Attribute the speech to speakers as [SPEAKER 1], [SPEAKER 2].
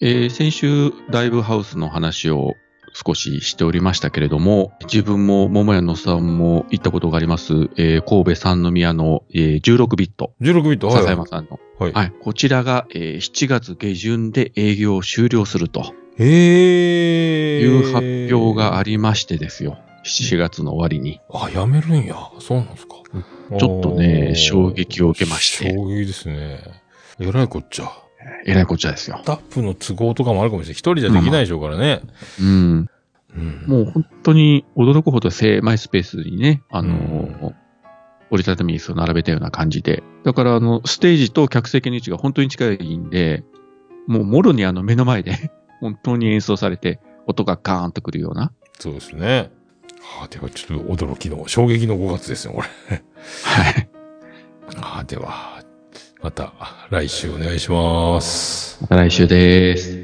[SPEAKER 1] えー先週、ライブハウスの話を少ししておりましたけれども、自分も桃屋のさんも行ったことがあります、えー神戸三宮の、えー16ビット、
[SPEAKER 2] 16ビット、はい、
[SPEAKER 1] 笹
[SPEAKER 2] はい
[SPEAKER 1] 山。さんの。
[SPEAKER 2] はい
[SPEAKER 1] はい、こちらが、えー7月下旬で営業を終了すると
[SPEAKER 2] へ
[SPEAKER 1] い
[SPEAKER 2] え。
[SPEAKER 1] う発表がありましてですよ。7月の終わりに。
[SPEAKER 2] あ、やめるんや。そうなんですか。
[SPEAKER 1] ちょっとね
[SPEAKER 2] あー
[SPEAKER 1] 衝撃を受けまして
[SPEAKER 2] 衝撃ですね。えらいこっちゃ。
[SPEAKER 1] えらいこっちゃですよ
[SPEAKER 2] ス。タッフの都合とかもあるかもしれない。一人じゃできないでしょうからね。
[SPEAKER 1] うん。
[SPEAKER 2] うん
[SPEAKER 1] もう本当に驚くほど狭いスペースにね、あのー折りたたみ椅子を並べたような感じで。だから、あの、ステージと客席の位置が本当に近いんで、もうもろにあの目の前で 本当に演奏されて、音がガーンとくるような。
[SPEAKER 2] そうですね。はあ、ではちょっと驚きの、衝撃の5月ですね、これ。
[SPEAKER 1] はい。
[SPEAKER 2] ああ、では、また来週お願いします。
[SPEAKER 1] また来週です。